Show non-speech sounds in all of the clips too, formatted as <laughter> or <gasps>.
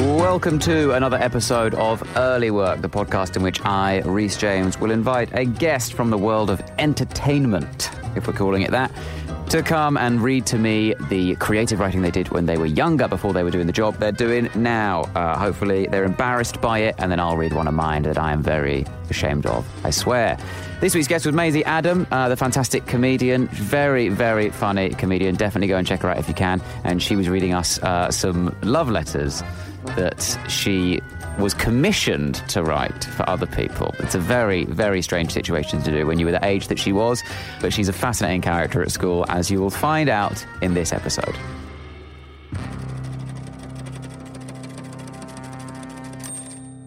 Welcome to another episode of Early Work, the podcast in which I, Reese James, will invite a guest from the world of entertainment, if we're calling it that, to come and read to me the creative writing they did when they were younger before they were doing the job they're doing now. Uh, hopefully, they're embarrassed by it, and then I'll read one of mine that I am very ashamed of, I swear. This week's guest was Maisie Adam, uh, the fantastic comedian, very, very funny comedian. Definitely go and check her out if you can. And she was reading us uh, some love letters that she was commissioned to write for other people. It's a very, very strange situation to do when you were the age that she was, but she's a fascinating character at school, as you will find out in this episode.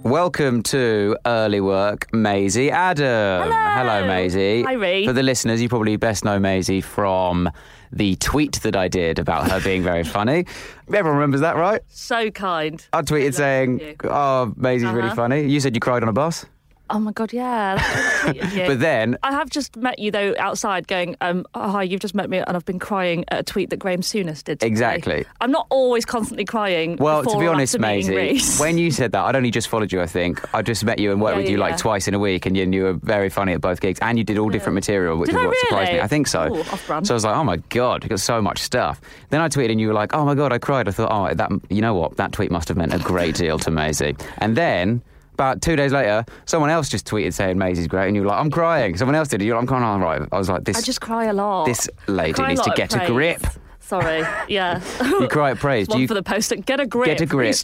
Welcome to Early Work, Maisie Adam. Hello, Maisie. Hi, Ree. For the listeners, you probably best know Maisie from the tweet that I did about her being very <laughs> funny. Everyone remembers that, right? So kind. I tweeted saying, you. "Oh, Maisie's really Uh-huh. funny." You said you cried on a bus, Oh my god, <laughs> yeah. that's what I tweeted you. but then I have just met you though outside, going, um, oh, "Hi, you've just met me, and I've been crying at a tweet that Graham Souness did." today." Exactly. I'm not always constantly crying. well, to before be or honest, after meeting Maisie, Reece. when you said that, I'd only just followed you. I think I just met you and worked Yeah, with yeah, you like yeah. twice in a week, and you, and you were very funny at both gigs, and you did all different material, which Did is I what surprised me. really? I think so. Ooh, off-brand. so I was like, "Oh my god, you got so much stuff." Then I tweeted, and you were like, "Oh my god, I cried." I thought, "Oh, that you know what? That tweet must have meant a great deal to Maisie." And then. About two days later, someone else just tweeted saying Maisie's great, and you were like, "I'm crying." Someone else did, and you're like, "I'm crying." All right, I was like, "This." <laughs> I just cry a lot. This I lady cry needs lot to at get a praise. grip. Sorry, <laughs> yeah. You cry at praise. Do One you for the poster. Get a grip. get a grip? Reece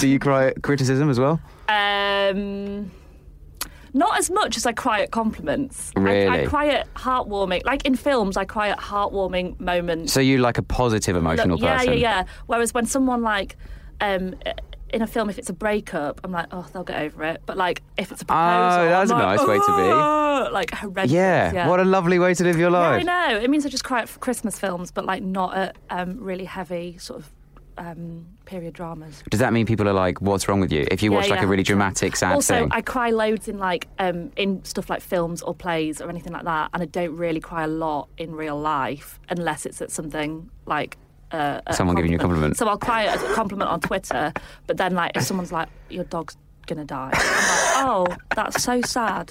<laughs> Do you cry at criticism as well? Um, not as much as I cry at compliments. I- I, Really? cry at heartwarming, like in films. I cry at heartwarming moments. So you like a positive Look, emotional yeah, person? yeah, yeah. Whereas when someone like um, in a film, if it's a breakup, I'm like, oh, they'll get over it. But like if it's a proposal, Oh, that's I'm a like, nice way to be. "Ugh," Like horrendous. Yeah, Yeah. What a lovely way to live your yeah, I life. know. It means I just cry at Christmas films, but like not at um, really heavy sort of um, period dramas. Does that mean people are like, "What's wrong with you?" If you Yeah, watch like yeah. a really dramatic, sad also, thing. I cry loads in like um, in stuff like films or plays or anything like that, and I don't really cry a lot in real life unless it's at something like. Uh, a Someone giving you a compliment. So I'll cry at a compliment on Twitter, but then like if someone's like, "Your dog's gonna die," I'm like, "Oh, that's so sad,"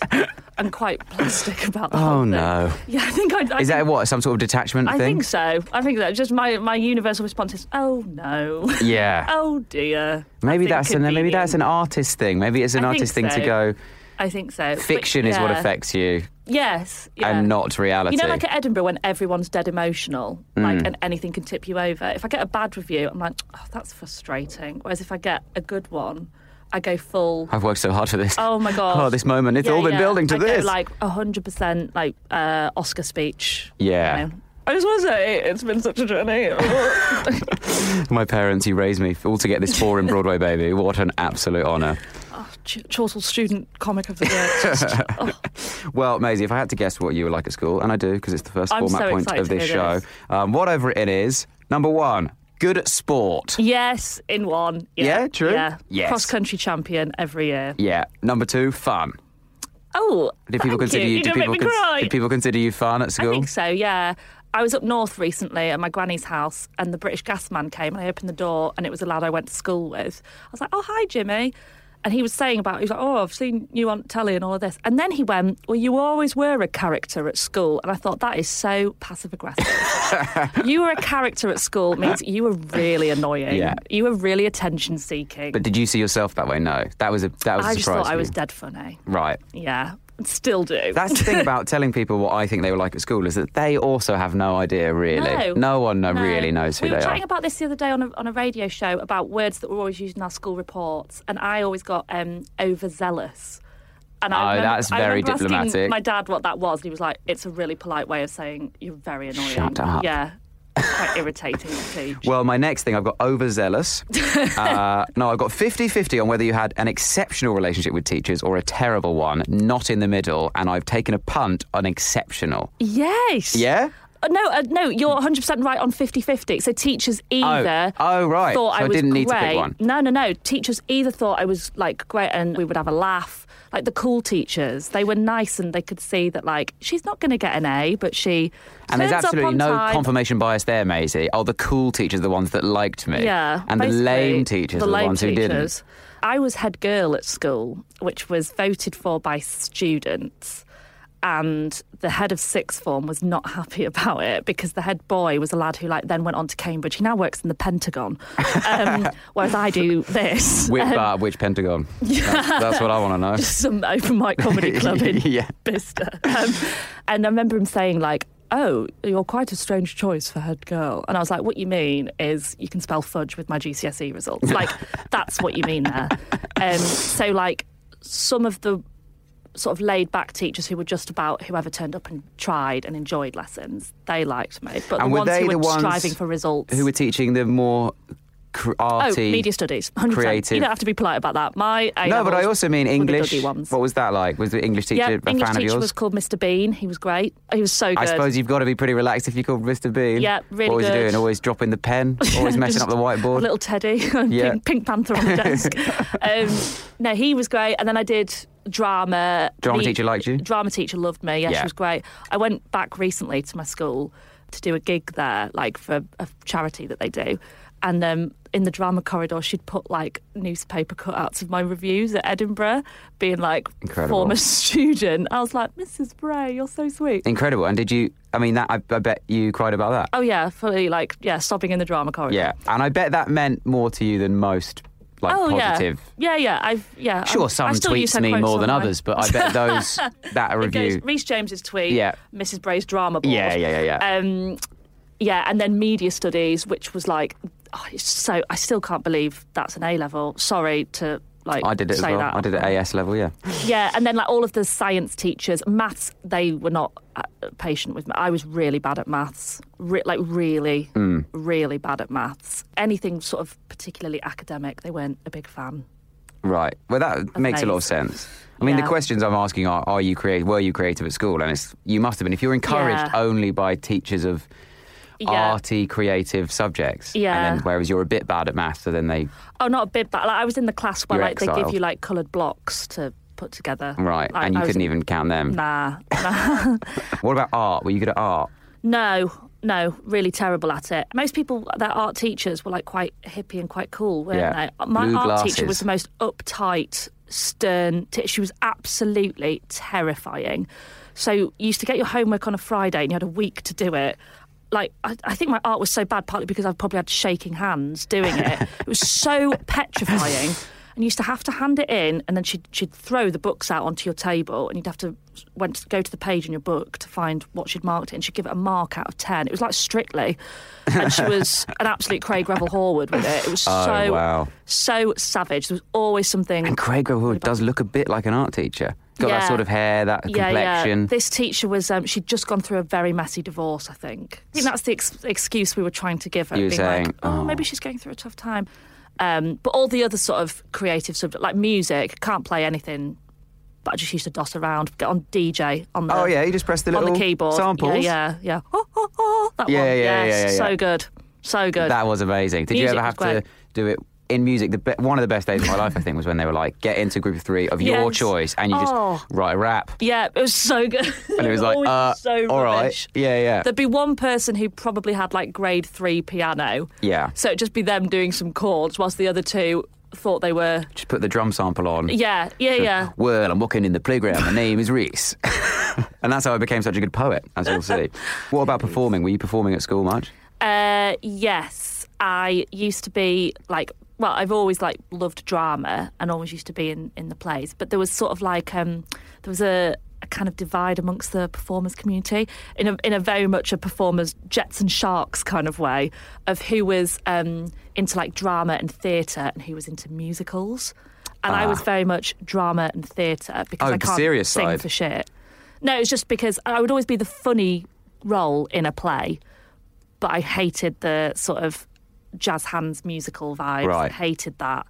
and quite plastic <laughs> about that. Oh, no. <laughs> Yeah, I think I. I Is that think- what some sort of detachment I thing? think so. I think that just my my universal response is, "Oh no." Yeah. <laughs> oh dear. Maybe that's an maybe that's an inconvenient. artist thing. Maybe it's an I think artist thing to so. go. I think so. But Fiction is what yeah. affects you, Yes. Yeah. and not reality. Mm. You know, like at Edinburgh when everyone's dead emotional, like, and anything can tip you over. If I get a bad review, I'm like, oh, that's frustrating. Whereas if I get a good one, I go full. I've worked so hard for this. Oh my <laughs> god! Oh, this moment. It's Yeah, all been yeah. building to I go, this. like hundred percent, like uh, Oscar speech. Yeah. you know, I just want to say it's been such a journey. <laughs> My parents, who raised me all to get this <laughs> four in Broadway, baby. What an absolute honour. oh, Ch- Chortle student comic of the year. <laughs> Just- oh, Well, Maisie, if I had to guess what you were like at school, and I do because it's the 1st I'm format so point excited of to this hear show, this. um, what I've written is number one, good at sport. yes, in one. Yeah, Yeah, true. Yeah, Yes. cross country champion every year. Yeah. Number two, fun. Oh, Did people thank consider you? you did, don't people make me cry. did people consider you fun at I school? think so, yeah. I was up north recently at my granny's house, and the British gas man came, and I opened the door, and it was a lad I went to school with. I was like, "Oh, hi, Jimmy," and he was saying about, he was like, "Oh, I've seen you on telly and all of this," and then he went, "Well, you always were a character at school," and I thought that is so <laughs> passive aggressive. you were a character at school means you were really annoying. Yeah. You were really attention seeking. But did you see yourself that way? No. That was a that was I a just surprise. thought for I you. was dead funny. Right. Yeah, still do. That's <laughs> the thing about telling people what I think they were like at school is that they also have no idea really. No, one no, really knows who we were they chatting are. about this the other day on a, on a radio show about words that were always used in our school reports, and I always got um, overzealous. And Oh, I remember, that's I very remember asking diplomatic. My dad, what that was, and he was like, "It's a really polite way of saying you're very annoying." Shut up. Yeah, quite irritating to teach. Well, my next thing, I've got <laughs> overzealous. uh, no, I've got 50 50 on whether you had an exceptional relationship with teachers or a terrible one, not in the middle, and I've taken a punt on exceptional. yes. Yeah? Uh, No, uh, no, you're 100 percent right on 50-50. So teachers either Oh, right. thought So I I was didn't need great. to pick one. No, no, no. Teachers either thought I was like great and we would have a laugh. Like the cool teachers, they were nice and they could see that like she's not going to get an A, but she And there's turns up absolutely on no time. confirmation bias there, Maisie. Oh, the cool teachers are the ones that liked me. Yeah, And the basically, lame teachers the are the lame ones who didn't. teachers. I was head girl at school, which was voted for by students, and the head of sixth form was not happy <laughs> about it because the head boy was a lad who like then went on to Cambridge. He now works in the Pentagon, <laughs> um, whereas I do this. Which, Um, uh, which <laughs> Pentagon? That's, that's what I want to know. some open <laughs> mic comedy club in Yeah. Bicester. Um, and I remember him saying, like, oh, you're quite a strange choice for head girl. And I was like, what you mean is you can spell fudge with my GCSE E <laughs> results. Like, that's what you mean there. Um, so, like, some of the sort of laid back teachers who were just about whoever turned up and tried and enjoyed lessons, they liked me. But And the were ones they who were the ones striving for results. Who were teaching the more cr- Oh, arty. media studies, 100%. creative- You don't have to be polite about that. My A No, but I levels also mean were the English. dodgy ones. What was that like? Was the English teacher yeah, a English fan teacher of yours? was called Mr. Bean. He was great. He was so good. I <laughs> suppose you've got to be pretty relaxed if you called Mr. Bean. Yeah, really Always good. doing, always dropping the <laughs> pen, always messing up the A whiteboard. little Teddy, <laughs> Yeah. pink, pink Panther on the <laughs> desk. um, no, he was great. And then I did drama. Drama teacher liked you? Drama teacher loved me. Yeah, Yeah. she was great. I went back recently to my school to do a gig there, like for a charity that they do. And um, in the drama corridor, she'd put like newspaper cutouts of my reviews at Edinburgh, being like Incredible. former <laughs> student. I was like, Mrs. Bray, you're so sweet. Incredible. And did you? I mean, that I, I bet you cried about that. Oh yeah, fully like yeah, sobbing in the drama corridor. Yeah, and I bet that meant more to you than most. Like Oh positive. yeah, yeah, yeah. I've yeah. Sure, I'm- some I still use tweets her mean quotes more than online. others, but I bet <laughs> those that a It review. goes Reece James's tweet. Yeah. Mrs. Bray's drama board. Yeah, yeah, yeah, yeah. Um, yeah, and then media studies, which was like, oh, it's so I still can't believe that's an A level. Sorry to like. I did it as say well. That. I did it AS level. Yeah. Yeah, and then like all of the science teachers, maths, they were not uh, patient with me. I was really bad at maths, Re- like really, Hmm. really bad at maths. Anything sort of particularly academic, they weren't a big fan. Right. Well, that makes a lot of nice. sense. I mean, the Yeah. questions I'm asking are: Are you creative? Were you creative at school? And it's you must have been if you're encouraged Yeah. only by teachers of Yeah. arty, creative subjects. Yeah. And then, whereas you're a bit bad at maths, so then they Oh, not a bit bad. Like, I was in the class where You're like they give exiled. you like coloured blocks to put together. right, Like, and you I was- couldn't even count them. <laughs> Nah, nah. What about art? Were you good at art? no, no, really terrible at it. Most people, their art teachers were like quite hippie and quite cool, weren't Yeah. they? My Blue art glasses. teacher was the most uptight, stern. T- she was absolutely terrifying. So you used to get your homework on a Friday and you had a week to do it. Like I, I think my art was so bad partly because I probably had shaking hands doing it. it <laughs> was so petrifying. And you used to have to hand it in, and then she'd, she'd throw the books out onto your table, and you'd have to went to go to the page in your book to find what she'd marked it, and she'd give it a mark out of ten. It was like strictly, and <laughs> she was an absolute Craig Revel Horwood with it. It was Oh, so wow. so savage. There was always something. And Craig Rewood does look a bit like an art teacher. Got that Yeah. sort of hair, that Yeah, complexion. yeah. This teacher was, um, she'd just gone through a very messy divorce, I think. I think that's the ex- excuse we were trying to give her. You were being saying, like, oh, "Oh." maybe she's going through a tough time. Um, but all the other sort of creative subject, like music, can't play anything. But I just used to doss around, get on DJ on the Oh, yeah, you just press the on little the keyboard. samples. Yeah, yeah, yeah. <laughs> Oh, oh, oh, that Yeah, one. yeah, yeah, yes, yeah, yeah. So good, so good. That was amazing. Did Music you ever was have to great. do it in music? The be- one of the best days of my life, I think, was when they were like, "Get into group three of your Yes. choice," and you just Oh. write a rap. yeah, it was so good. And it <laughs> was like, always uh, so all right, rubbish. yeah, yeah. There'd be one person who probably had like grade three piano. Yeah. So it'd just be them doing some chords whilst the other two thought they were. Just put the drum sample on. Yeah, yeah, yeah. Well, I'm walking in the playground. My name is Reese. <laughs> and that's how I became such a good poet, as you'll <laughs> see. what about performing? Were you performing at school much? Uh, yes, I used to be like, well, I've always like loved drama and always used to be in, in the plays, but there was sort of like um, there was a, a kind of divide amongst the performers community in a in a very much a performers jets and sharks kind of way of who was um, into like drama and theatre and who was into musicals. And I was very much drama and theatre Ah. because Oh, I the can't serious sing side. for shit. No, it's just because I would always be the funny role in a play, but I hated the sort of jazz hands musical vibes. Right. Hated that.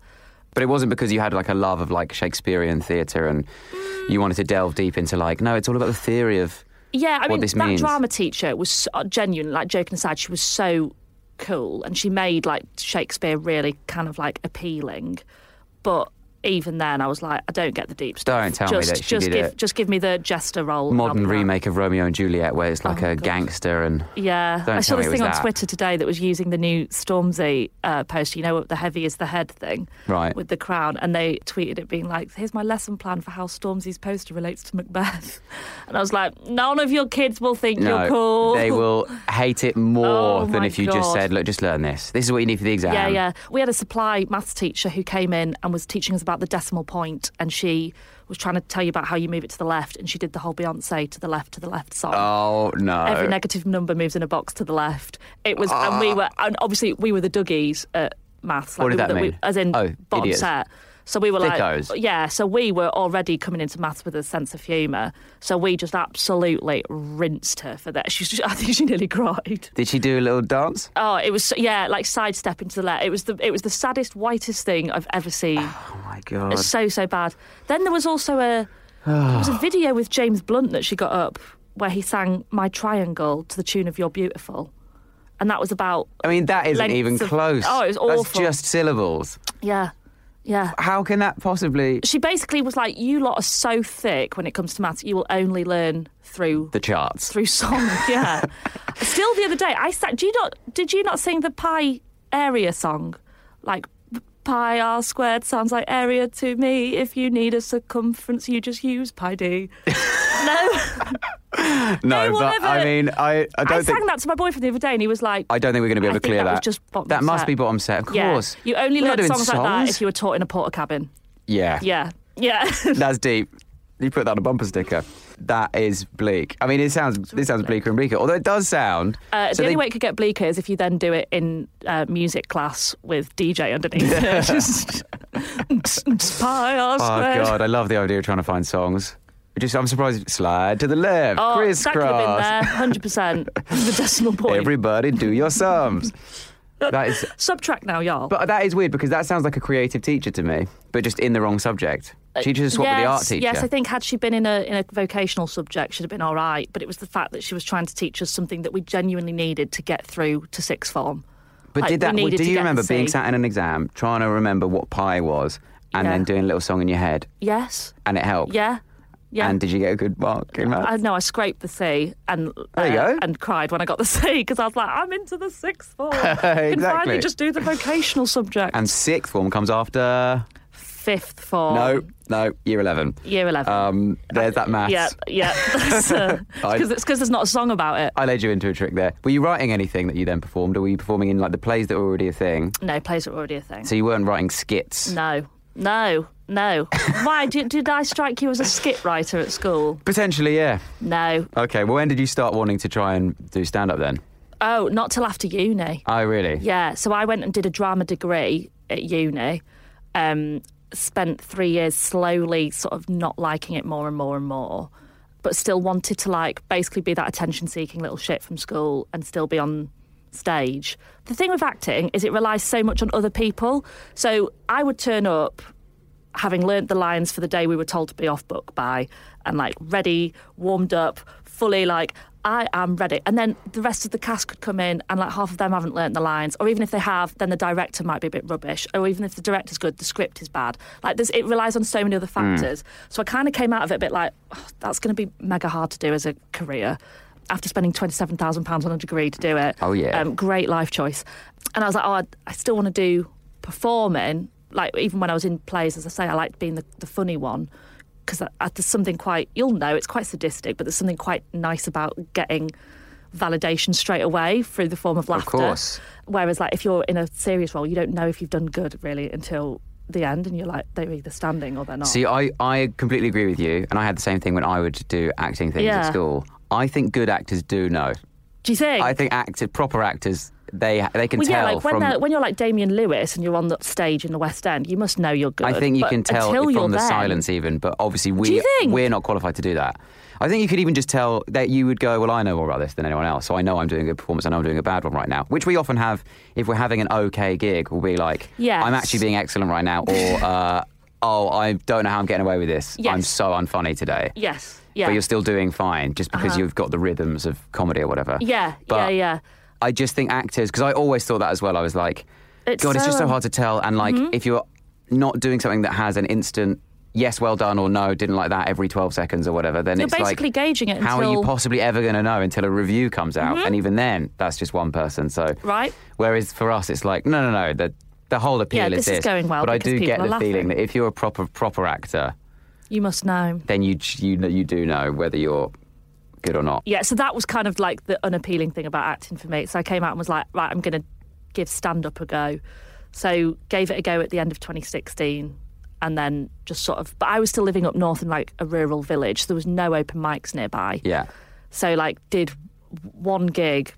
But it wasn't because you had like a love of like Shakespearean theatre and Mm. you wanted to delve deep into like, no, it's all about the theory of. Yeah, I What mean, this that means. drama teacher was so, uh, genuine. Like joking aside, she was so cool, and she made like Shakespeare really kind of like appealing. But even then, I was like, I don't get the deep stuff. Don't tell me just, that she just did give, it. Just give me the jester role. and I'll Modern be like, remake of Romeo and Juliet, where it's like Oh, a God. gangster and Yeah, Don't I saw tell me this it was thing on that. Twitter today that was using the new Stormzy uh, post. You know, the heavy is the head thing, Right. With the crown, and they tweeted it being like, "Here's my lesson plan for how Stormzy's poster relates to Macbeth," <laughs> and I was like, "None of your kids will think No, you're cool." they will hate it more Oh, than my if you just God. said, "Look, just learn this. This is what you need for the exam." <laughs> Yeah, yeah. We had a supply maths teacher who came in and was teaching us about the decimal point, and she was trying to tell you about how you move it to the left, and she did the whole Beyonce to the left, to the left song. Oh no! Every negative number moves in a box to the left. It was, and we were, and obviously we were the Dougies at maths. Ah. What we did were that the- we- mean? as in Oh, bottom idiots. set. So we were Thickos. like, yeah. So we were already coming into maths with a sense of humour. So we just absolutely rinsed her for that. She's, just, I think <laughs> she nearly cried. Did she do a little dance? Oh, it was so- yeah, like sidestepping to the left. It was the it was the saddest, whitest thing I've <sighs> ever seen. <sighs> Oh my god! It's so so bad. Then there was also a there was a video with James Blunt that she got up where he sang "My Triangle" to the tune of "You're Beautiful," and that was about I mean, that isn't lengths even of- close. Oh, it was That's awful. just syllables. yeah, yeah. How can that possibly? She basically was like, "You lot are so thick when it comes to maths. You will only learn through The charts. through song." <laughs> yeah. Still, the other day, I sang. Do you not? Did you not sing the Pi Area song? Like Pi R squared sounds like area to me. If you need a circumference, you just use Pi D. no. No, will but never- I mean, I, I I, don't sang think that to my boyfriend the other day, and he was like, I don't think we're going to be able to I think clear that was that. just bottom that must set. be bottom set, of yeah. course. You only We're not learn doing songs, like that songs. if you were taught in a porter cabin. Yeah, Yeah, yeah. <laughs> That's deep. You put that on a bumper sticker. That is bleak. I mean, it sounds this sounds bleaker and bleaker. Although it does sound. Uh, so the only they- way it could get bleaker is if you then do it in uh, music class with DJ <laughs> underneath. it. <laughs> Just- Pi R Oh squared. god, I love the idea of trying to find songs. Just, I'm surprised. Slide to the left, Oh, that could have been crisscross. there, <laughs> hundred percent. The decimal point. Everybody, do your sums. <laughs> that is, Subtract now, y'all. but that is weird because that sounds like a creative teacher to me, but just in the wrong subject. She just swapped Uh, yes, with the art teacher. Yes, I think had she been in a in a vocational subject, she'd have been all right. But it was the fact that she was trying to teach us something that we genuinely needed to get through to sixth form. But Like, did that? we needed do to you get remember the being C. sat in an exam trying to remember what pi was, and Yeah. then doing a little song in your head, Yes. and it helped? Yeah. Yeah. And did you get a good mark in maths? I know I scraped the C and uh, There you go. and cried when I got the C because I was like, I'm into the sixth <laughs> form. I can Exactly. finally just do the vocational subject. and sixth form comes after. fifth form. No, no, year eleven. Year eleven. Um, there's that maths. yeah, <laughs> yeah. <laughs> Because I- it's because there's not a song about it. I led you into a trick there. Were you writing anything that you then performed, or were you performing in like the plays that were already a thing? No, plays are already a thing. So you weren't writing skits. No, no, no. Why did, did I strike you as a skit writer at school? Potentially, yeah. No. Okay. Well, when did you start wanting to try and do stand up then? Oh, not till after uni. Oh, really? Yeah. So I went and did a drama degree at uni. Um, spent three years slowly sort of not liking it more and more and more, but still wanted to like basically be that attention seeking little shit from school and still be on stage. The thing with acting is it relies so much on other people. So I would turn up having learnt the lines for the day we were told to be off book by and like ready, warmed up, fully like I am ready. And then the rest of the cast could come in and like half of them haven't learnt the lines or even if they have then the director might be a bit rubbish or even if the director's good the script is bad. Like there's it relies on so many other Hmm. factors. So I kind of came out of it a bit like "Oh, that's going to be mega hard to do as a career after spending £27,000 on a degree to do it. Oh, yeah. Um, great life choice. And I was like, oh, I, I still want to do performing. Like, even when I was in plays, as I say, I liked being the, the funny one because there's something quite, you'll know, it's quite sadistic, but there's something quite nice about getting validation straight away through the form of laughter. course. Whereas, like, if you're in a serious role, you don't know if you've done good really until the end, and you're like, they're either standing or they're not. See, I, I completely agree with you, and I had the same thing when I would do acting things Yeah. at school. I think good actors do know. Do you think? I think actors, proper acters, they they can Well, yeah, tell like when, from. they're- when you're like Damien Lewis and you're on the stage in the West End, you must know you're good. I think you But can tell until you're from the there- silence, even. But obviously, you we think? we're not qualified to do that. I think you could even just tell that you would go, "Well, I know more about this than anyone else, so I know I'm doing a good performance. I know I'm doing a bad one right now." Which we often have if we're having an okay gig, we'll be like, Yes. I'm actually being excellent right now," <laughs> or uh, "Oh, I don't know how I'm getting away with this. I'm Yes. so unfunny today." Yes. Yeah. Uh-huh. But you're still doing fine just because you've got the rhythms of comedy or whatever. yeah. yeah. But Yeah. I just think actors, because I always thought that as well. I was like, It's God, it's just so so, mm-hmm. um, hard to tell. And like, if you're not doing something that has an instant yes, well done, or no, didn't like that every 12 seconds or whatever, then You're it's basically like, gauging it How are you until- Mm-hmm. possibly ever going to know until a review comes out? And even then, that's just one person. So, Right. Whereas for us, it's like, no, no, no, the, the whole appeal Yeah, is this is going well But I because do get people the are feeling laughing. that if you're a proper proper actor, You must know. then you you know- you do know whether you're good or not. Yeah. So that was kind of like the unappealing thing about acting for me. So I came out and was like, right, I'm going to give stand up a go. So gave it a go at the end of 2016. And then just sort of, but I was still living up north in like a rural village. So there was no open mics nearby. Yeah. So like did one gig,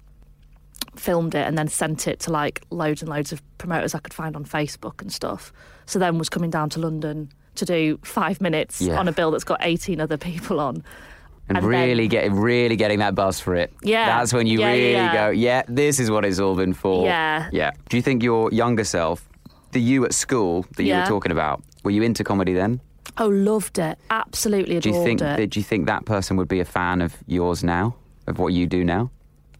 filmed it and then sent it to like loads and loads of promoters I could find on Facebook and stuff. So then was coming down to London to do five minutes Yeah. on a bill that's got eighteen other people on. and, And really get really getting that buzz for it. Yeah. that's when you Yeah, yeah, really yeah. go. Yeah, this is what it's all been for. Yeah. yeah. Do you think your younger self, the you at school that you Yeah. were talking about, were you into comedy then? Oh, loved it. Absolutely Do adored you think it. that? Do you think that person would be a fan of yours now, of what you do now?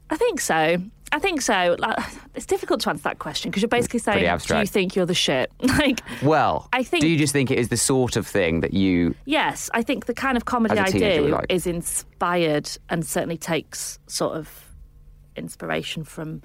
I think so. I think so. Like, <sighs> it's difficult to answer that question because you're basically pretty saying, do you abstract. think you're the shit? <laughs> Like, Well, I think- Do you just think it is the sort of thing that you? Yes, I think the kind of comedy As a I teenager, we do like. is inspired and certainly takes sort of inspiration from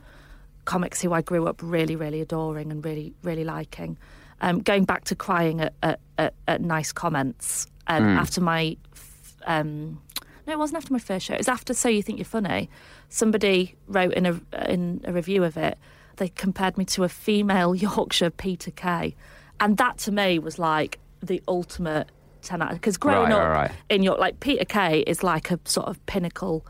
comics who I grew up really, really adoring and really, really liking. Um, going back to crying at, at, at, at nice comments um, Hmm. after my. f- Um, no, it wasn't after my first show. It was after So You Think You're Funny. Somebody wrote in a in a review of it. They compared me to a female <laughs> Yorkshire Peter Kay, and that to me was like the ultimate ten out. Because growing Right, up right, right. in York, like Peter Kay is like a sort of pinnacle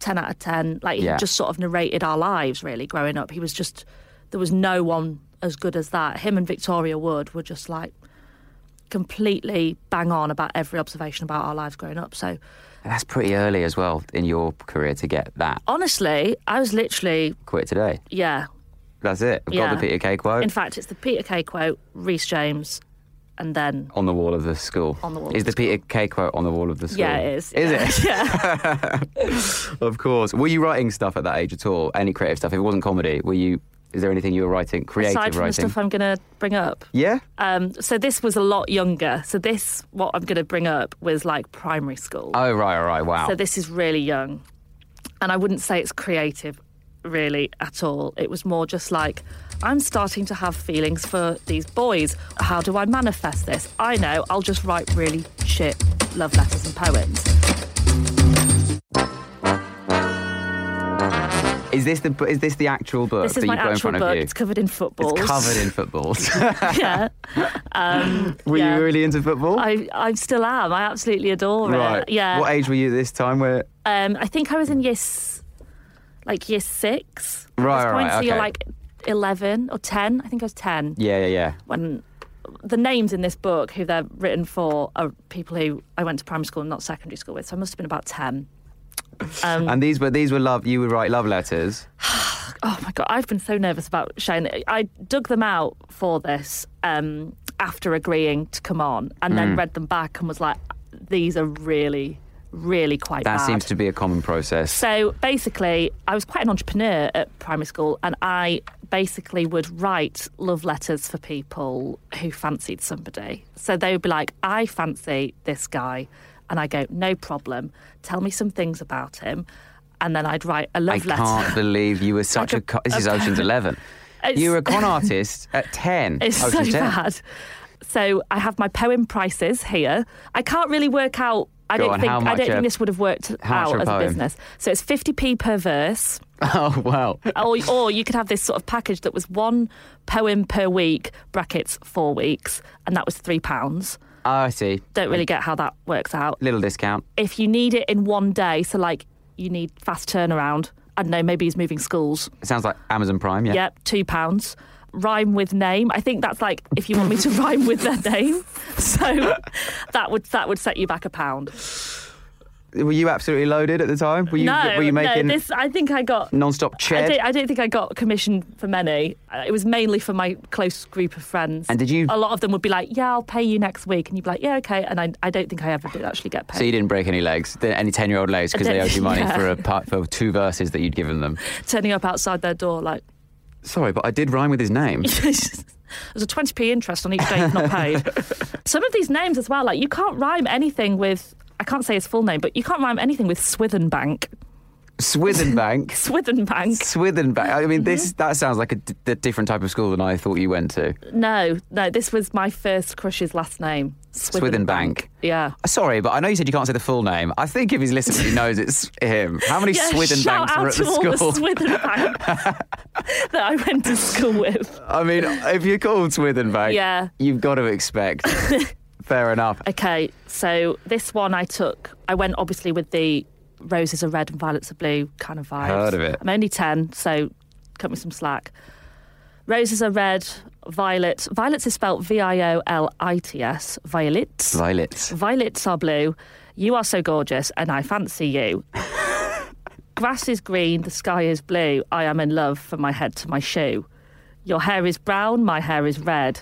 10 out of 10. Like, he Yeah. just sort of narrated our lives, really, growing up. He was just, there was no one as good as that. Him and Victoria Wood were just like completely bang on about every observation about our lives growing up. So, That's pretty early as well in your career to get that. honestly, I was literally, Quit today. yeah. That's it. I've yeah. got the Peter Kay quote In fact, it's the Peter Kay quote, Reese James, and then. on the wall of the school. On the wall of Is the the Peter Kay quote on the wall of the school? Yeah, it is. Is yeah. it? <laughs> Yeah. <laughs> Of course. Were you writing stuff at that age at all? Any creative stuff? If it wasn't comedy, were you? Is there anything you were writing? Creative Aside from the writing? stuff I'm going to bring up. yeah. Um, so this was a lot younger. So this, what I'm going to bring up, was like primary school. Oh right, all right, wow. So this is really young. And I wouldn't say it's creative really at all. It was more just like, I'm starting to have feelings for these boys. How do I manifest this? I know, I'll just write really shit love letters and poems. is this the is this the actual book This is that my you've got in actual front book. of you? It's covered in footballs. It's covered in footballs. <laughs> <laughs> yeah. were Yeah. you really into football? I, I still am. I absolutely adore right. it. Yeah. What age were you at this time? Where Um, I think I was in year, s- like year six. at Right, this point, right, So you're okay. like 11 or 10. I think I was 10. yeah, yeah, yeah. when the names in this book who they're written for are people who I went to primary school and not secondary school with. So I must have been about ten. Um, And these were these were love. You would write love letters. oh my god, I've been so nervous about showing. it. I dug them out for this um, after agreeing to come on, and Mm. then read them back and was like, "These are really, really quite That bad." seems to be a common process. So basically, I was quite an entrepreneur at primary school, and I basically would write love letters for people who fancied somebody. So they would be like, I fancy this guy. And I go, no problem. Tell me some things about him. And then I'd write a I love letter. can't believe you were such Like a, co- a- This is a- Ocean's Eleven. <laughs> It's- You were a con artist at ten. <laughs> <laughs> It's Ocean's so 10. bad. So I have my poem prices here. I can't really work out. I Go don't on, think how I much don't a- think this would have worked how much out a as a poem? business. So it's 50p per verse. <laughs> Oh wow. or, or you could have this sort of package that was one poem per week, brackets four weeks, and that was three pounds. Oh, I see. Don't really get how that works out. Little discount. If you need it in one day, so like you need fast turnaround. I don't know, maybe he's moving schools. It sounds like Amazon Prime. Yeah. Yep, two pounds. Rhyme with name. I think that's like if you want me to <laughs> rhyme with their name. So <laughs> that would that would set you back a pound. Were you absolutely loaded at the time? Were you no, Were you making no, this I think I got non-stop I ched? don't, I don't think I got commission for many. Uh, It was mainly for my close group of friends. And did you- A lot of them would be like, "Yeah, I'll pay you next week," and you'd be like, "Yeah, okay." And I, I don't think I ever did actually get paid. So you didn't break any legs, th- any ten-year-old legs, because they don't- owed you money <laughs> yeah. for a part, for two verses that you'd given <laughs> them. Turning up outside their door, like <laughs> Sorry, but I did rhyme with his name. there's a twenty p interest on each day you've not <laughs> paid. Some of these names as well, like you can't rhyme anything with. I can't say his full name, but you can't rhyme anything with Swithenbank. <laughs> Swithenbank. Swithenbank. Swithenbank. I mean, this Mm-hmm. that sounds like a d- d- different type of school than I thought you went to. No, no, this was my first crush's last name. Swithenbank. Yeah. Sorry, but I know you said you can't say the full name. I think if he's listening, he knows it's him. How many <laughs> Yeah, shout Swithenbanks out are at to the all school? the Swithenbanks <laughs> that I went to school with. I mean, if you're called Swithenbank, Yeah. you've got to <laughs> expect. Fair enough. Okay, so this one I took. I went obviously with the roses are red and violets are blue kind of vibe. Heard of it. I'm only ten, so cut me some slack. Roses are red, violets. Violets is spelled V-I-O-L-I-T-S. Violets. Violet. Violets are blue. You are so gorgeous, and I fancy you. Grass is green, the sky is blue. I am in love from my head to my shoe. Your hair is brown, my hair is red.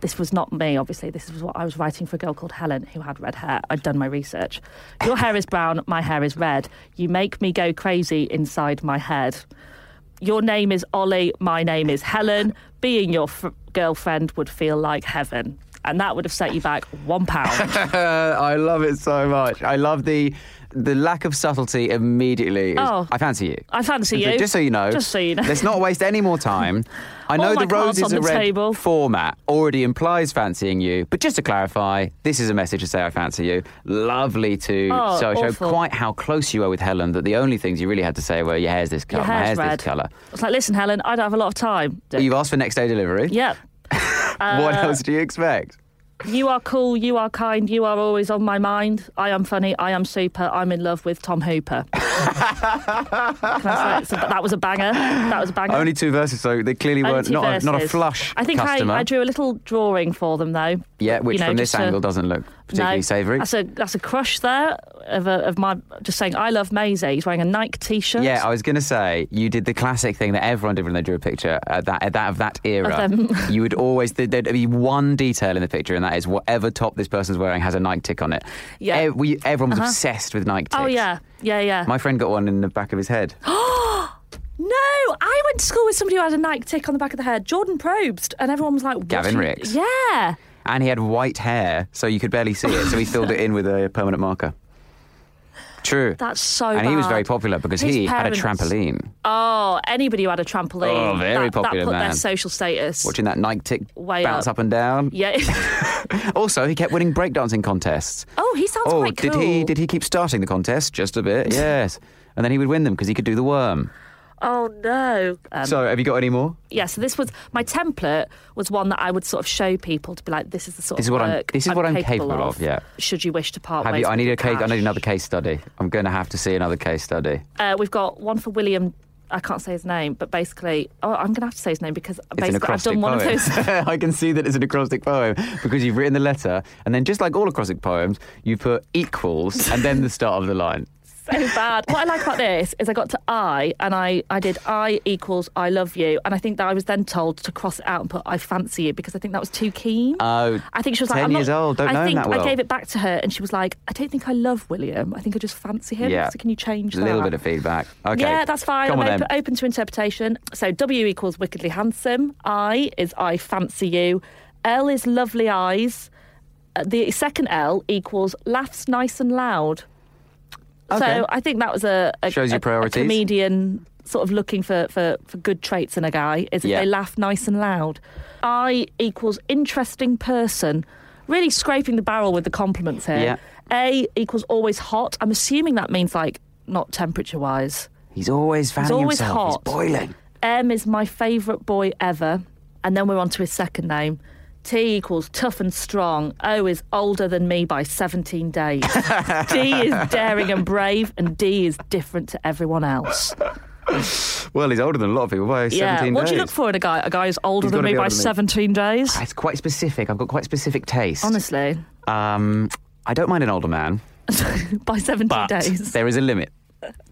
This was not me, obviously. This was what I was writing for a girl called Helen who had red hair. I'd done my research. Your hair is brown, my hair is red. You make me go crazy inside my head. Your name is Ollie, my name is Helen. Being your f- girlfriend would feel like heaven. And that would have set you back one pound. Uh, I love it so much. I love the the lack of subtlety immediately. It was, Oh. I fancy you. I fancy you. Just so you know. Just so you know. <laughs> Let's not waste any more time. I know All my the cards roses on are the red table. format already implies fancying you, but just to clarify, this is a message to say I fancy you. Lovely to Oh, so show awful. quite how close you were with Helen that the only things you really had to say were your hair's this colour, Your my hair's hair's red. this colour. I was like, listen, Helen, I don't have a lot of time. You've asked for next day delivery. yeah. what else do you expect? You are cool, you are kind, you are always on my mind. I am funny, I am super, I'm in love with <laughs> Tom Hooper. And I was like, so that was a banger. That was a banger. Only two verses, so they clearly Only weren't two not a, not a verses. flush I think customer. I, I drew a little drawing for them though. yeah, You which know, from this just to- angle doesn't look particularly no, savoury. That's a that's a crush there of a, of my just saying I love Maisie. He's wearing a Nike t-shirt. Yeah, I was going to say you did the classic thing that everyone did when they drew a picture at that at that of that era. them. <laughs> You would always there'd be one detail in the picture, and that is whatever top this person's wearing has a Nike tick on it. Yeah. Uh-huh. E- we- everyone was obsessed with Nike ticks. oh yeah, yeah, yeah. My friend got one in the back of his <gasps> head. No, I went to school with somebody who had a Nike tick on the back of the head, Jordan Probst, and everyone was like, what Gavin are you- Ricks. Yeah. and he had white hair, so you could barely see it. So he filled it in with a permanent marker. True. That's so And he was bad. very popular because His he parents- had a trampoline. Oh, anybody who had a trampoline. Oh, very that, popular That put man. their social status. Watching that Nike tick Way bounce up. up and down. yeah. <laughs> Also, he kept winning breakdancing contests. oh, he <laughs> sounds Oh, quite cool. did he did he keep starting the contest just a <laughs> bit? Yes. And then he would win them because he could do the worm. Oh no. Um, so, have you got any more? yeah. So this was my template was one that I would sort of show people to be like, this is the sort This of is what I'm- work this is what I'm capable of, yeah. Should you wish to part Have ways you, I with need your a case, I cash. need another case study. I'm going to have to see another case study. Uh, we've got one for William I can't say his name, but basically, oh, I'm going to have to say his name because It's an basically I've acrostic done one poem. of those. <laughs> <laughs> I can see that it's an acrostic poem because you've written the letter, and then just like all acrostic poems, you put equals and then the start of the <laughs> line. so bad. What I like about this is I got to I and I, I did I equals I love you. And I think that I was then told to cross it out and put I fancy you because I think that was too keen. Oh, I think she was like, 10 I'm not- years old, don't I know him think that well. I gave it back to her and she was like, I don't think I love William. I think I just fancy him. Yeah. So can you change a that? little bit of feedback. Okay. Yeah, that's fine. Come on I'm then. open, open to interpretation. So W equals wickedly handsome. I is I fancy you. L is lovely eyes. Uh, The second L equals laughs nice and loud. Okay. So I think that was a, a Shows your a- a priorities. comedian sort of looking for, for, for good traits in a guy is if Yeah. they laugh nice and loud. I equals interesting person. Really scraping the barrel with the compliments here. Yeah. A equals always hot. I'm assuming that means like not temperature wise. He's always fanning always himself. hot. He's boiling. M is my favourite boy ever. And then we're on to his second name. T equals tough and strong. O is older than me by 17 days. D is daring and brave. And D is different to everyone else. Well, he's older than a lot of people by yeah. 17 What days. do you look for in a guy? A guy who's older He's than gotta me be by older than me. 17 days? It's quite specific. I've got quite specific taste. <laughs> Honestly, <laughs> Um, I don't mind an older man, by 17 but days. there is a limit.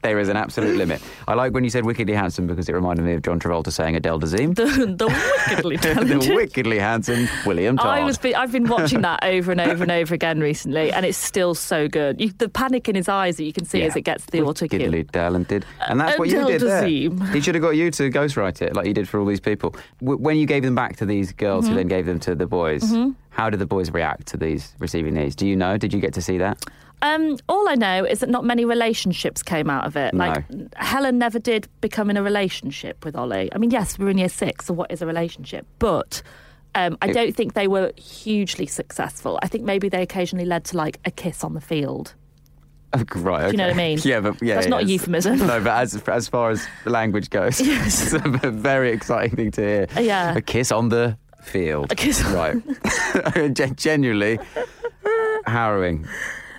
There is an absolute limit. I like when you said wickedly handsome because it reminded me of John Travolta saying Adele Dazeem. <laughs> The, the wickedly talented. <laughs> the wickedly handsome William Todd. I was. Be- I've been watching that over and over and over again recently, and it's still so good. You, the panic in his eyes that you can see Yeah. as it gets the auto cue. Wickedly talented. And that's what you Adele did there. Dazeem. He should have got you to ghostwrite it like you did for all these people. W- when you gave them back to these girls Mm-hmm. who then gave them to the boys, how did the boys react to these receiving these? Do you know? Did you get to see that? Um, all I know is that not many relationships came out of it. No. Like Helen never did become in a relationship with Ollie. I mean, yes, we were in year six, so what is a relationship? But um, I don't think they were hugely successful. I think maybe they occasionally led to like a kiss on the field. Oh, <laughs> right. Do you know what okay. I mean? Yeah, but yeah, That's not a yes. euphemism. <laughs> No, but as as far as the language <laughs> goes, it's a very exciting thing to hear. Yeah. a kiss on the field. A kiss on- right. <laughs> Gen- Genuinely harrowing.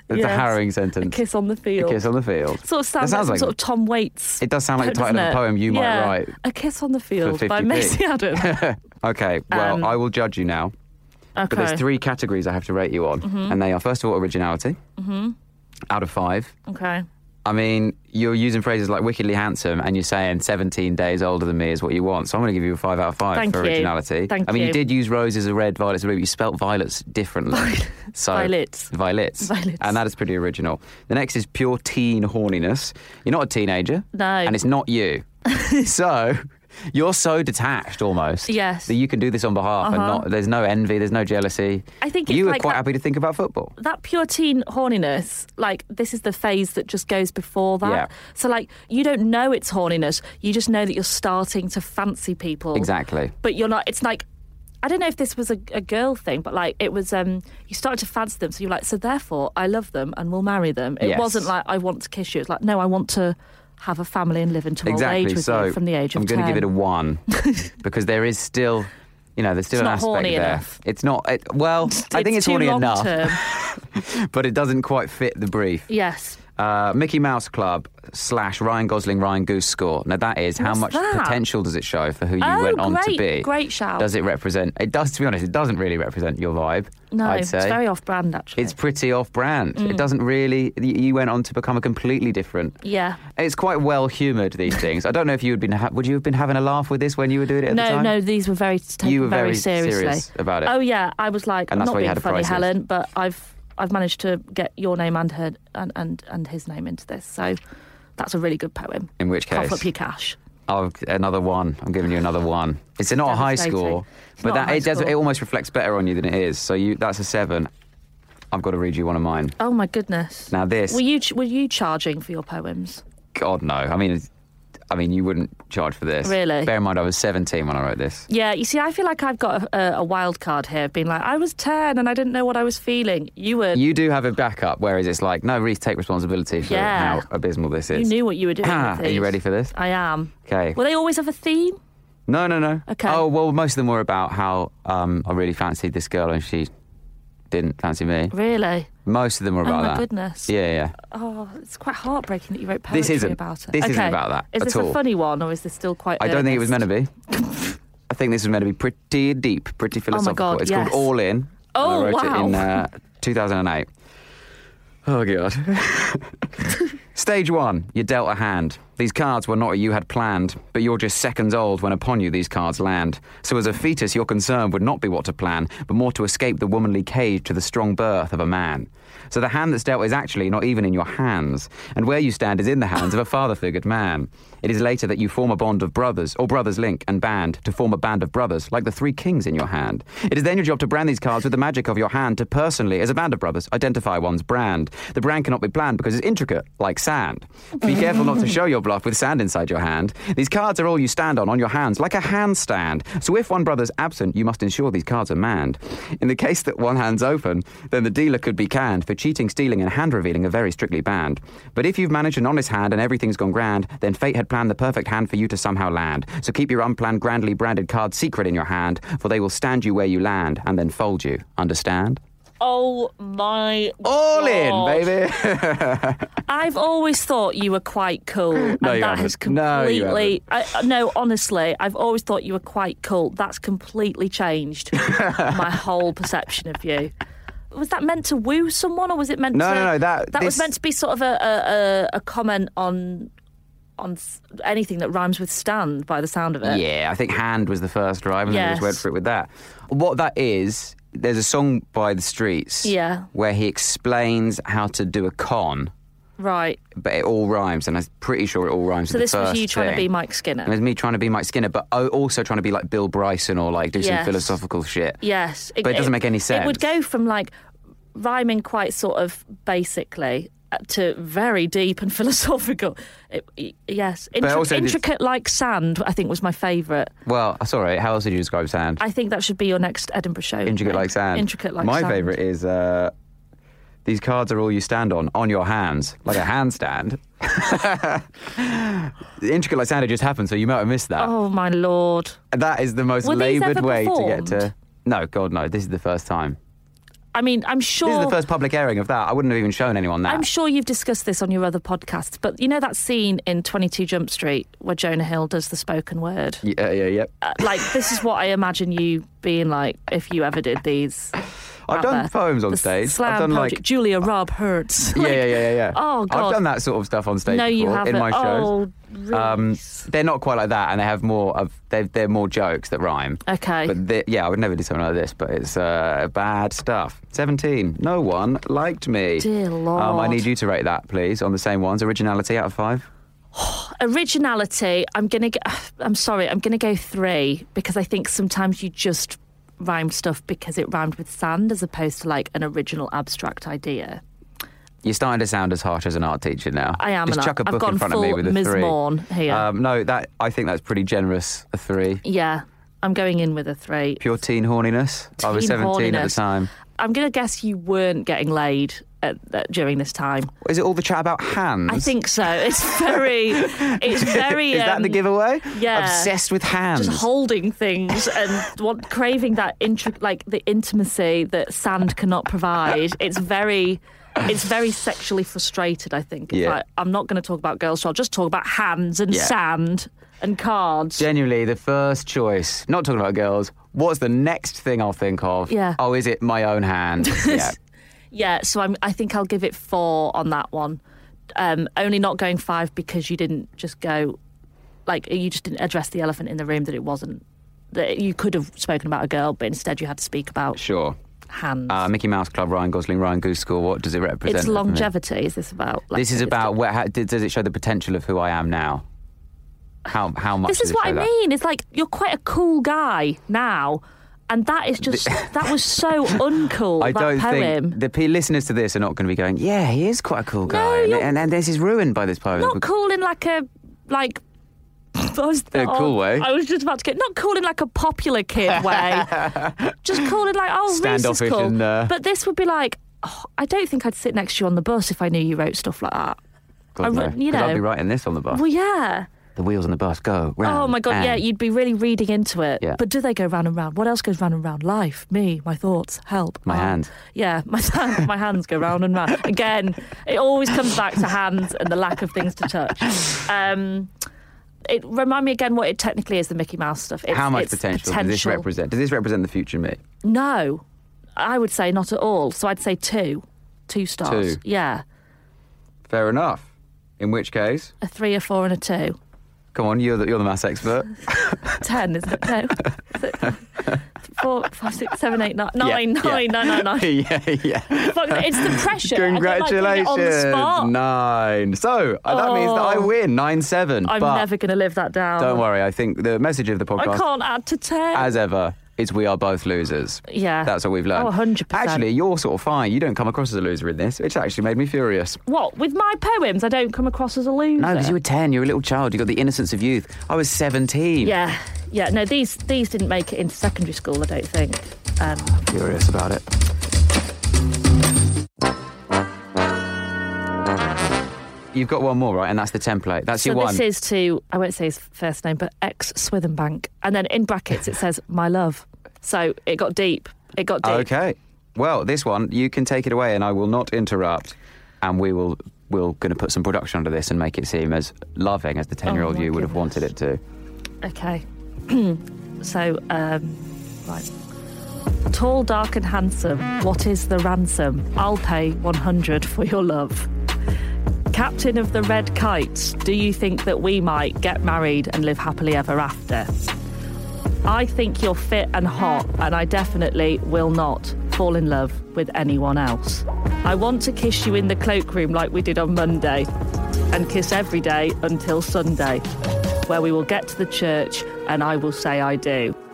It's a Yes. harrowing sentence. A kiss on the Mm. A field. kiss on the field. Sort of That sounds, like, some sort of Tom Waits. It does sound like the poem, title of a doesn't it? poem you might Yeah. write. A Kiss on the Field by 50p. Macy Adams. <laughs> okay. Okay, well, Um, I will judge you now. But there's three categories I have to rate you on, Mm-hmm. and they are first of all originality, out of five. Okay. I mean, you're using phrases like wickedly handsome, and you're saying 17 days older than me is what you want. So I'm going to give you a five out of five Thank for you. originality. Thank I mean, you. you. did use roses are red, violets are blue, but you spelt violets differently. <laughs> so Violets. violets, Violets. and that is pretty original. The next is pure teen horniness. You're not a teenager, No. and it's not <laughs> you. so. You're so detached almost. Yes. Uh-huh. That you can do this on behalf and not there's no envy, there's no jealousy. I think it's you were like quite that- happy to think about football. that pure teen horniness, like this is the phase that just goes before that. Yeah. So like you don't know it's horniness, you just know that you're starting to fancy people. Exactly. But you're not it's like I don't know if this was a, a girl thing, but like it was um you started to fancy them, so you're like, so therefore I love them and will marry them. It Yes. wasn't like I want to kiss you, it's like, no, I want to have a family and live into exactly. old age with so you from the age of I'm going to give 10. it a <laughs> one because there is still, you know, there's still an It's not aspect horny there. enough. It's not. It, <laughs> well, I think it's too horny long enough, term. <laughs> but it doesn't quite fit the brief. yes. Uh, Mickey Mouse Club slash Ryan Gosling Ryan Goose score. Now that is how much What's that? potential does it show for who you Oh, went on to great, be? great shout. Does it represent? It does. To be honest, it doesn't really represent your vibe. No, I'd it's say very Mm. off brand actually. It's pretty off brand. It doesn't really. y- You went on to become a completely different. Yeah. It's quite well humoured these things. I don't know if you had been. Ha- would you have been having a laugh with this when you were doing it at the No, time? no, these were very taken You were very very, seriously serious about it. Oh yeah, I was like, And I'm that's not why you being had a funny, prize list. Helen, but I've I've managed to get your name and her and and, and his name into this, so that's a really good poem. In which cough case- up your cash. Oh, another one. I'm giving you another one. It's not a high Devastating. score, It's but not a that high it does. score. It almost reflects better on you than it is. So you, that's a seven. I've got to read you one of mine. Oh my goodness. Now this- Were you ch- were you charging for your poems? God no. I mean, it's- I mean, you wouldn't charge for this. Really? Bear in mind, I was 17 when I wrote this. Yeah, you see, I feel like I've got a, a, a wild card here, being like, I was ten and I didn't know what I was feeling. You were, you, You do have a backup, whereas it's like, no, Reese, take responsibility for how Yeah. abysmal this is. knew what you were doing. with <clears throat> Ah, Are these. you ready for this? I am. Okay. Will they always have a theme? No, no, no. Okay. Oh well, most of them were about how um, I really fancied this girl and she didn't fancy me. Really? Most of them were Oh, about my that. goodness. Yeah, yeah. Oh, it's quite heartbreaking that you wrote poetry This isn't- about it. this isn't about that Is at this all. a funny one or is this still quite? I don't think it was meant earnest? to be. <laughs> I think this was meant to be pretty deep, pretty philosophical. Oh God, it's yes. called All In. and Oh, I wrote it in wow. uh, 2008. Oh, God. Stage one, you dealt a hand. These cards were not what you had planned, but you're just seconds old when upon you these cards land. So, as a fetus, your concern would not be what to plan, but more to escape the womanly cage to the strong birth of a man. So, the hand that's dealt is actually not even in your hands, and where you stand is in the hands of a father figured man. It is later that you form a bond of brothers, or brothers link and band, to form a band of brothers, like the three kings in your hand. It is then your job to brand these cards with the magic of your hand to personally, as a band of brothers, identify one's brand. The brand cannot be planned because it's intricate, like sand. Be careful not to show your bluff with sand inside your hand. These cards are all you stand on, on your hands, like a handstand. So if one brother's absent, you must ensure these cards are manned. In the case that one hand's open, then the dealer could be canned, for cheating, stealing, and hand revealing are very strictly banned. But if you've managed an honest hand and everything's gone grand, then fate had planned the perfect hand for you to somehow land. So keep your unplanned, grandly branded cards secret in your hand, for they will stand you where you land and then fold you. Understand? Oh my! All God. in, baby! I've always thought you were quite cool, and No, that you has haven't. No, you completely. I, uh, no, honestly, I've always thought you were quite cool. That's <laughs> completely changed my whole perception of you. Was that meant to woo someone, or was it meant No, to? no, no, that- was this- meant to be sort of a a, a, a comment on on s- anything that rhymes with stand. By the sound of it, Yeah, I think Hand was the first drive, and then we just Uh, Yes. went for it with that. What that is, there's a song by The Streets Yeah. where he explains how to do a con, right. but it all rhymes, and I'm pretty sure it all rhymes So with this the was you first trying to thing. be Mike Skinner. It was me trying to be Mike Skinner, but o- also trying to be like Bill Bryson or like do some Yes. philosophical shit. Yes, But it doesn't make any It sense. would go from like rhyming quite sort of basically uh, to very deep and <laughs> philosophical. It, y- yes, Intric- also it's- intricate like sand. I think was my favourite. Well, that's all right. How else would you describe sand? I think that should be your next Edinburgh show. Intricate name. like sand. Intricate like My sand. favourite is uh, these cards are all you stand on, on your hands, like a handstand. <laughs> The Intricate like sand, it just happened, so you might have missed that. Oh my lord! That is the most Were these laboured ever way to get performed? to. No, God, no. This is the first time. I mean, I'm sure. This is the first public airing of that. I wouldn't have even shown anyone that. Oh. I'm sure you've discussed this on your other podcasts, but you know that scene in 22 Jump Street where Jonah Hill does the spoken word? yeah, yeah, yeah. Uh, like, this is what I imagine you being like if you ever did these. I've out done there. poems on The stage. Slam I've done poetry. like. Julia Rob Hertz. Yeah, Like, yeah, yeah, yeah, yeah. Oh God. I've done that sort of stuff on stage <laughs> No, you before haven't. in my shows. Um, Oh, really? they're not quite like that, and they have more of they're, they're more jokes that rhyme. Okay. But they- yeah, I would never do something like this. But it's uh, bad stuff. Seventeen. No one liked me. Dear Um, I Lord. need you to rate that, please, on the same ones. Originality out of five. Originality. I'm gonna. Go, <sighs> I'm sorry. I'm gonna go three because I think sometimes you just rhyme stuff because it rhymed with sand as opposed to like an original abstract idea. You're starting to sound as harsh as an art teacher now. I am Just an chuck a art- I've book in gone front of me full with a Ms. three. Morn here. Um, no, that I think that's pretty generous. A three. Yeah, I'm going in with a three. Pure teen horniness. I was Teen 17 at the horniness. time. I'm gonna guess you weren't getting laid at, at, during this time. Is it all the chat about hands? I think so. It's very. It's <laughs> very. Is that the um, giveaway? yeah. Obsessed with hands. just holding things and want, craving that intri- like the intimacy that sand cannot provide. It's very, it's very sexually frustrated. I think. It's Yeah. like, I'm not going to talk about girls, so I'll just talk about hands and Yeah. sand and cards. Genuinely, the first choice. Not talking about girls. What's the next thing I'll think of? Yeah. Oh, is it my own <laughs> hand? yeah. yeah, so I'm, I think I'll give it four on that one. Um, only not going five because you didn't just go, like you just didn't address the elephant in the room that it wasn't. That you could have spoken about a girl, but instead you had to speak about Sure. hands. Uh, Mickey Mouse Club, Ryan Gosling, Ryan Goose School. What does it represent? It's for me? longevity. Is this about? Like, This is it's- about where, how, does does it show the potential of who I am now? How how much? This does is it what show I that? mean. It's like you're quite a cool guy now, and that <laughs> is just that was so uncool. I that don't poem. think the p- listeners to this are not going to be going. Yeah, he is quite a cool guy, No, and, you're- and, and this is ruined by this poem. not cool in like a like. <laughs> I was, In a cool oh, way. I was just about to get not cool in like a <laughs> popular kid way, just cool in like oh, Reese is Standoffish cool. and, uh, But this would be like, oh, I don't think I'd sit next to you on the bus if I knew you wrote stuff like that. God, I no, re- you 'cause I'll know. be writing this on the bus. Well, yeah. the wheels on the bus go round. Oh my god, and- yeah, you'd be really reading into it. Yeah. But do they go round and round? What else goes round and round? Life, me, my thoughts, help. My arm. hand. Yeah, <laughs> my hand, my hands go round and round. Again, it always comes back to hands and the lack of things to touch. Um, it remind me again what it technically is the Mickey Mouse stuff. It's, How much it's potential, does this represent? Does this represent the future me? No, I would say not at all. So I'd say two, two stars. Two. Yeah, Fair enough. In which case, a three, a four, and a two. come on, you're the, you're the maths <laughs> expert. <laughs> Ten, isn't it? No. <laughs> Is it Four, five, six, seven, eight, nine, nine, yeah. nine, nine, nine, nine. yeah, <laughs> yeah. Fuck, it's the pressure. I don't like doing it Congratulations. on the spot. Nine. So uh, that means that I Oh. win. Nine seven. I'm but never going to live that down. Don't worry. I think the message of the I podcast, can't add to 10. as ever, is we are both losers. yeah. That's what we've learned. Oh, 100%. Actually, you're sort of fine. You don't come across as a loser in this, which actually made me furious. What? With my poems, I don't come across as a loser. No, because you were 10. You're a little child. You got the innocence of youth. I was 17. Yeah. Yeah. No, these, these didn't make it into secondary school, I don't think. Um, Furious about it. You've got one more, right? And that's the template. That's so your one. this is to, I won't say his first name, but ex Swithenbank. And then in brackets, it says, my love. So it got deep. It got deep. Okay. Well, this one you can take it away, and I will not interrupt. And we will we're going to put some production under this and make it seem as loving as the ten year old Oh my you would have wanted it to. Okay. <clears throat> so, um, right. Tall, dark, and handsome. What is the ransom? I'll pay 100 for your love. Captain of the Red Kites, do you think that we might get married and live happily ever after? I think you're fit and hot, and I definitely will not fall in love with anyone else. I want to kiss you in the cloakroom like we did on Monday, and kiss every day until Sunday, where we will get to the church and I will say I do. <laughs>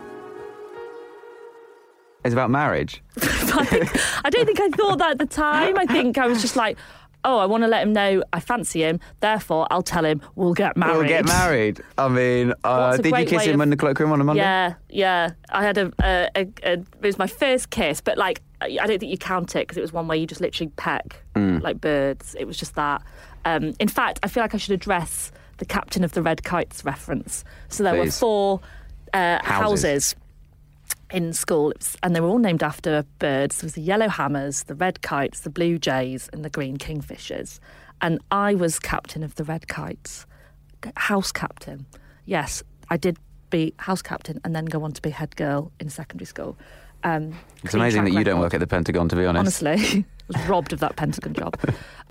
It's about marriage. I, think, I don't think I thought that at the time. I think I was just like, oh, I want to let him know I fancy him, therefore I'll tell him we'll get married. We'll get married. I mean, uh, What's a did you great kiss way him of- in the cloakroom on a Monday? Yeah, yeah. I had a, a, a, a it was my first kiss, but like I I don't think you count it because it was one where you just literally peck Mm. like birds. It was just that. Um, in fact, I feel like I should address the captain of the red kites reference. So there were Please. four uh, Houses. houses in school, It was- and they were all named after birds. There was the yellow hammers, the red kites, the blue jays, and the green kingfishers. And I was captain of the red kites, G- house captain. Yes, I did be house captain and then go on to be head girl in secondary school. Um, It's amazing that you don't work at the Pentagon, to be honest. Honestly, <laughs> I was robbed of that Pentagon job.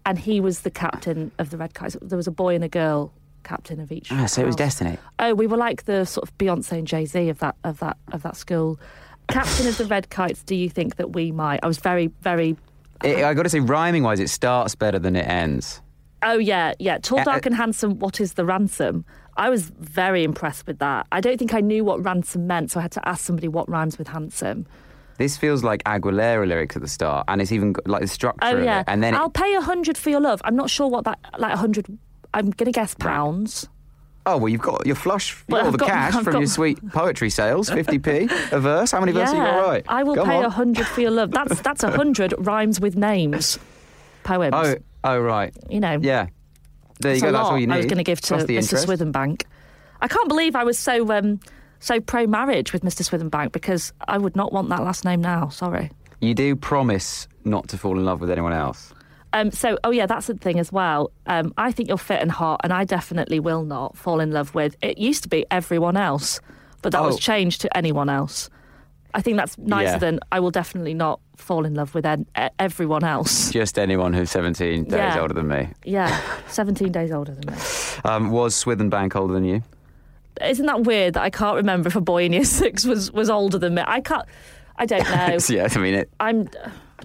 And he was the captain of the red kites. There was a boy and a girl captain of each. Ah, so it was house. destiny. Oh, we were like the sort of Beyonce and Jay Z of that of that of that school. Captain of the Red Kites. Do you think that we might? I was very very. It, I got to say, rhyming wise, it starts better than it ends. Oh yeah, yeah. Tall, Uh, dark, uh, and handsome. What is the ransom? I was very impressed with that. I don't think I knew what ransom meant, so I had to ask somebody what rhymes with handsome. This feels like Aguilera lyrics at the start, and it's even got, like the structure Oh of yeah. it. And then it- I'll pay a hundred for your love. I'm not sure what that like a hundred. I'm gonna guess pounds. Oh well, you've got your flush, Well, all I've the got- cash I've from got- your sweet poetry sales, fifty p a verse. How many verses you got right? I will Come pay on. a hundred for your love. That's that's <laughs> a hundred rhymes with names, poems. Oh, oh right, you know. yeah. There you It's go. a That's lot all you need. I was going to give to Plus the Mr. interest. Swithenbank. I can't believe I was so um, so pro marriage with Mr. Swithenbank because I would not want that last name now. Sorry. You do promise not to fall in love with anyone else. Um, so, oh yeah, that's the thing as well. Um, I think you're fit and hot, and I definitely will not fall in love with. It used to be everyone else, but that Oh. was changed to anyone else. I think that's nicer Yeah. than I will definitely not fall in love with en- e- <laughs> everyone else. Just anyone who's seventeen days Yeah. older than me. Yeah, 17 days older than me. Um, was Swithenbank older than you? isn't that weird that I can't remember if a boy in year <laughs> six was was older than me? I can't. <laughs> I don't know. So, yeah, I mean it, I'm.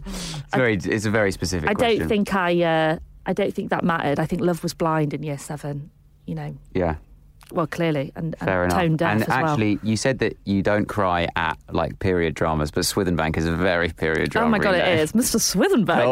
it's very. It's a very specific. I question. don't think I. Uh, I don't think that mattered. I think love was blind in year seven. You know, Yeah. well clearly and, and Fair enough. tone deaf and as actually, you said that you don't cry at like period dramas, but Swithenbank is a very period well. drama. Oh my god, remake. it is Mr. <laughs> Swithenbank. <laughs>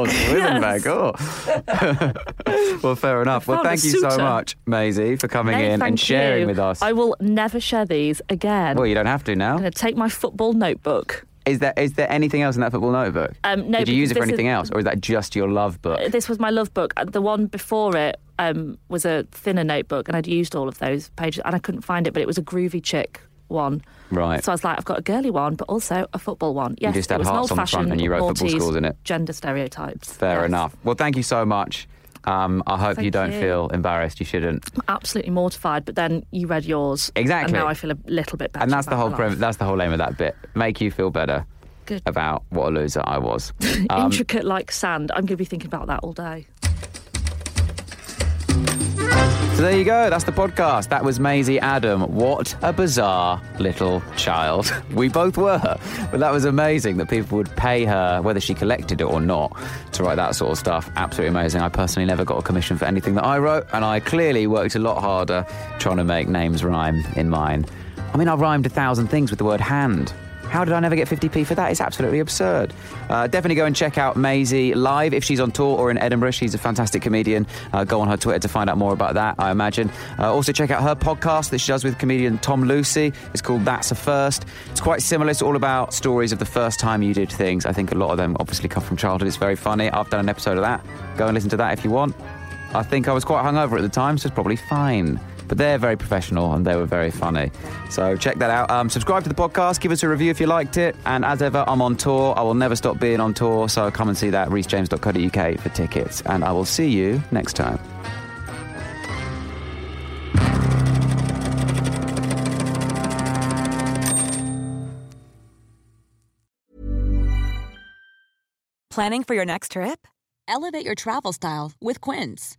Oh, Swithenbank. Oh. <laughs> well, fair enough. Well, found a thank you so suitor. much, Maisie, for coming No, in thank and sharing you. with us. I will never share these again. well, you don't have to I'm now. going to take my football notebook. Is there is there anything else in that football notebook? Um, no, Did you use it for because this Uh, anything is- else, or is that just your love book? This was my love book. The one before it um, was a thinner notebook, and I'd used all of those pages, and I couldn't find it, but it was a groovy chick one. Right. So I was like, I've got a girly one, but also a football one. Yes, just had it was an hearts on the front old-fashioned and you wrote football Maltese schools in it. Gender stereotypes. Fair Yes. enough. Well, thank you so much. Um, I hope you Thank don't you. feel embarrassed. You shouldn't. I'm absolutely mortified, but then you read yours. Exactly. And now I feel a little bit better. and that's the about whole my prem- life. that's the whole aim of that bit. Make you feel better Good. about what a loser I was. Intricate like sand. I'm going to be thinking about that all day. So there you go. That's the podcast. That was Maisie Adam. What a bizarre little child. <laughs> We both were. But that was amazing that people would pay her, whether she collected it or not, to write that sort of stuff. Absolutely amazing. I personally never got a commission for anything that I wrote, and I clearly worked a lot harder trying to make names rhyme in mine. I mean, I rhymed a thousand things with the word hand. How did I never get 50p for that? It's absolutely absurd. Uh, definitely go and check out Maisie live if she's on tour or in Edinburgh. She's a fantastic comedian. Uh, go on her Twitter to find out more about that, I imagine. Uh, also, check out her podcast that she does with comedian Tom Lucy. It's called That's a First. It's quite similar. It's all about stories of the first time you did things. I think a lot of them obviously come from childhood. It's very funny. I've done an episode of that. Go and listen to that if you want. I think I was quite hungover at the time, so it's probably fine. But they're very professional and they were very funny. So check that out. Um, subscribe to the podcast, give us a review if you liked it. And as ever, I'm on tour. I will never stop being on tour, so come and see that. ReeseJames.co.uk for tickets. And I will see you next time. Planning for your next trip? Elevate your travel style with Quince.